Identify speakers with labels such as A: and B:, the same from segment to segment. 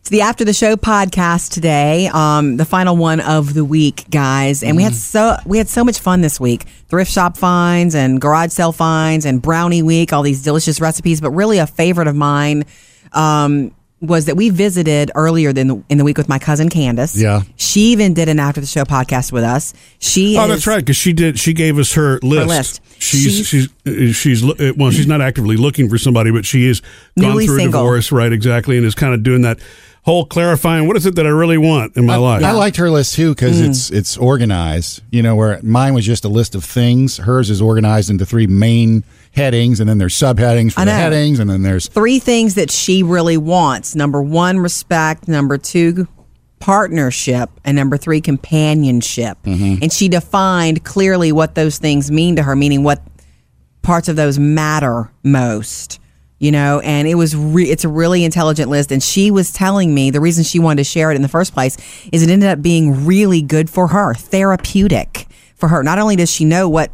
A: It's the after the show podcast today, um, the final one of the week, guys, and we
B: Mm.
A: had so we had so much fun this week. Thrift shop finds and garage sale finds and brownie week, all these delicious recipes. But really, a favorite of mine um, was that we visited earlier than the, in the week with my cousin Candace.
B: Yeah.
A: she even did an after the show podcast with us. She
B: Oh,
A: is-
B: that's right. Because she did. She gave us her list.
A: list.
B: She's she's she's, she's lo- uh, well. She's not actively looking for somebody, but she is gone
A: Newly
B: through
A: single.
B: a divorce, right? Exactly, and is kind of doing that whole clarifying. What is it that I really want in my
A: Uh,
B: life?
C: I liked her list too because
A: Mm.
C: it's it's organized. You know, where mine was just a list of things. Hers is organized into three main headings, and then there's subheadings for
A: I
C: the
A: know.
C: headings, and then there's
A: three things that she really wants number one respect number two partnership and number three companionship and she defined clearly what those things mean to her meaning what parts of those matter most you know and it was re- it's a really intelligent list and she was telling me the reason she wanted to share it in the first place is it ended up being really good for her therapeutic for her not only does she know what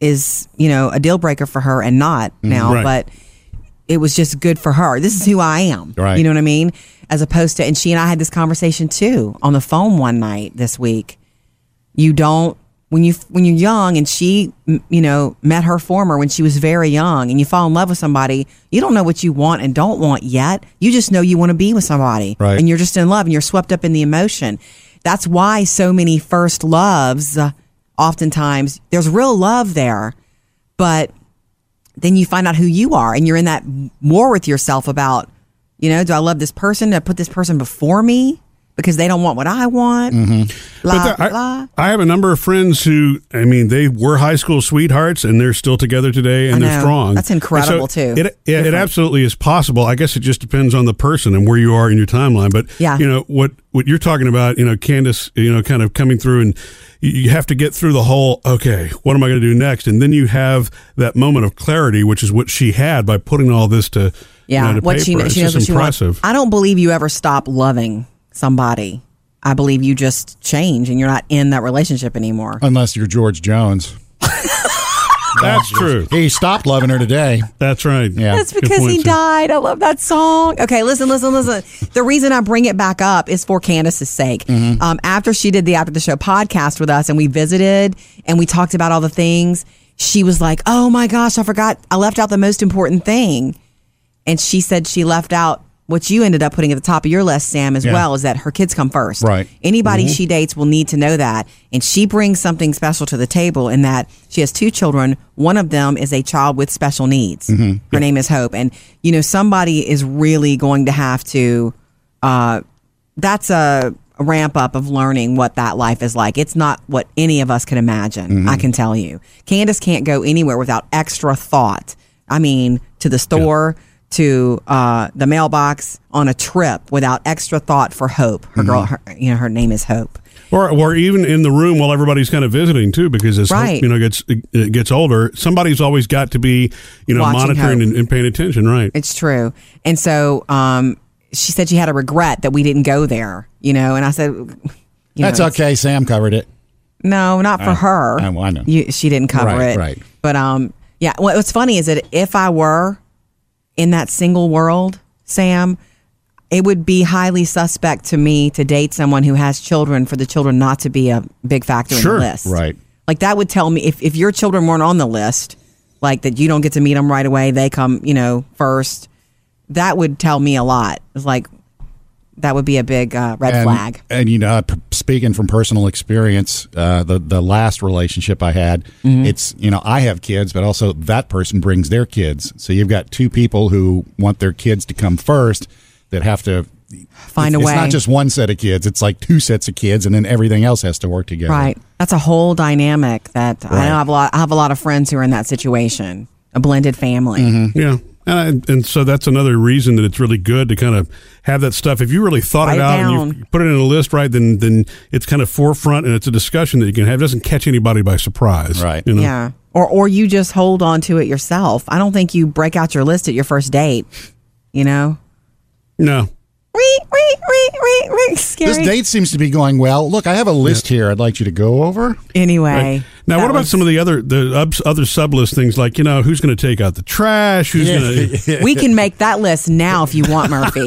A: is you know a deal breaker for her and not now
B: right.
A: but it was just good for her. This is who I am.
C: Right.
A: You know what I mean? As opposed to, and she and I had this conversation too on the phone one night this week. You don't when you when you're young, and she m- you know met her former when she was very young, and you fall in love with somebody. You don't know what you want and don't want yet. You just know you want to be with somebody,
C: Right.
A: And you're just in love, and you're swept up in the emotion. That's why so many first loves, uh, oftentimes, there's real love there, but then you find out who you are and you're in that war with yourself about, you know, do I love this person? Do I put this person before me because they don't want what I want? Blah,
B: Mm-hmm. But the-
A: blah.
B: I, I have a number of friends who, I mean, they were high school sweethearts and they're still together today and
A: I
B: they're
A: know.
B: strong.
A: That's
B: And so
A: incredible, too.
B: It, it, it absolutely is possible. I guess it just depends on the person and where you are in your timeline. But,
A: Yeah.
B: you know, what, what you're talking about, you know, Candace, you know, kind of coming through and you- you have to get through the whole, okay, what am I going to do next? And then you have that moment of clarity, which is what she had by putting all this to,
A: Yeah,
B: you know, to
A: what
B: paper.
A: she knows,
B: It's
A: she knows
B: just
A: what she
B: impressive.
A: wants. I don't believe you ever stop loving somebody. I believe you just change and you're not in that relationship anymore.
C: unless you're George Jones.
B: That's true.
C: He stopped loving her today.
B: That's right.
C: Yeah.
A: That's
B: Good
A: because
B: point,
A: he
B: Sue.
A: died. I love that song. Okay, listen, listen, listen. The reason I bring it back up is for Candace's sake.
B: Mm-hmm.
A: Um, after she did the After the Show podcast with us and we visited and we talked about all the things, she was like, oh my gosh, I forgot. I left out the most important thing. And she said she left out what you ended up putting at the top of your list, Sam, as
C: Yeah.
A: well, is that her kids come first.
C: Right. Mm-hmm.
A: Anybody she dates will need to know that. And she brings something special to the table in that she has two children. One of them is a child with special needs.
C: Mm-hmm.
A: Her name is Hope. And, you know, somebody is really going to have to, uh, that's a ramp up of learning what that life is like. It's not what any of us can imagine, I can tell you. Candace can't go anywhere without extra thought. I mean, to the store, to uh, the mailbox, on a trip without extra thought for Hope. Her girl, her, you know, her name is Hope.
B: Or, or even in the room while everybody's kind of visiting too, because as
A: Right.
B: you know gets it gets older, somebody's always got to be you know
A: Watching
B: monitoring
A: her.
B: and, and paying attention, right?
A: It's true. And so um, she said she had a regret that we didn't go there, you know, and I said, you
C: That's
A: know,
C: okay. Sam covered it.
A: No, not for her.
C: Oh. I- well, I know.
A: You, she didn't cover
C: Right,
A: it.
C: right.
A: But um, yeah. What, what's funny is that if I were in that single world, Sam, it would be highly suspect to me to date someone who has children for the children not to be a big factor
B: Sure,
A: in the list.
C: right.
A: Like that would tell me if if your children weren't on the list, like that you don't get to meet them right away. They come, you know, first. That would tell me a lot. It's like that would be a big uh, red
C: and,
A: flag.
C: And you know, I- p- speaking from personal experience, uh, the the last relationship I had,
A: Mm-hmm.
C: it's you know, I have kids, but also that person brings their kids. So you've got two people who want their kids to come first that have to
A: Find
C: it's,
A: a way.
C: It's not just one set of kids; it's like two sets of kids, and then everything else has to work together.
A: Right. That's a whole dynamic that I
C: Right.
A: know I have a lot I have a lot of friends who are in that situation. A blended family.
B: Yeah, and I, and so that's another reason that it's really good to kind of have that stuff. If you really thought
A: Write it
B: it out and
A: down.
B: you put it in a list, right? Then then it's kind of forefront and it's a discussion that you can have. It doesn't catch anybody by surprise,
C: Right.
B: You know?
A: Yeah. Or or you just hold on to it yourself. I don't think you break out your list at your first date. You know?
B: No,
A: Wee, wee, wee. ring, ring, scary.
C: This date seems to be going well. Look, I have a list here I'd like you to go over.
A: Anyway.
B: Now,
A: that
B: what about
A: was-
B: some of the other the ups, other sub list things like you know who's going to take out the trash? Who's going to?
A: We can make that list now if you want, Murphy.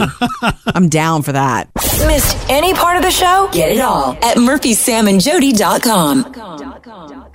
A: I'm down for that.
D: Missed any part of the show? Get it all at murphysamandjody.com.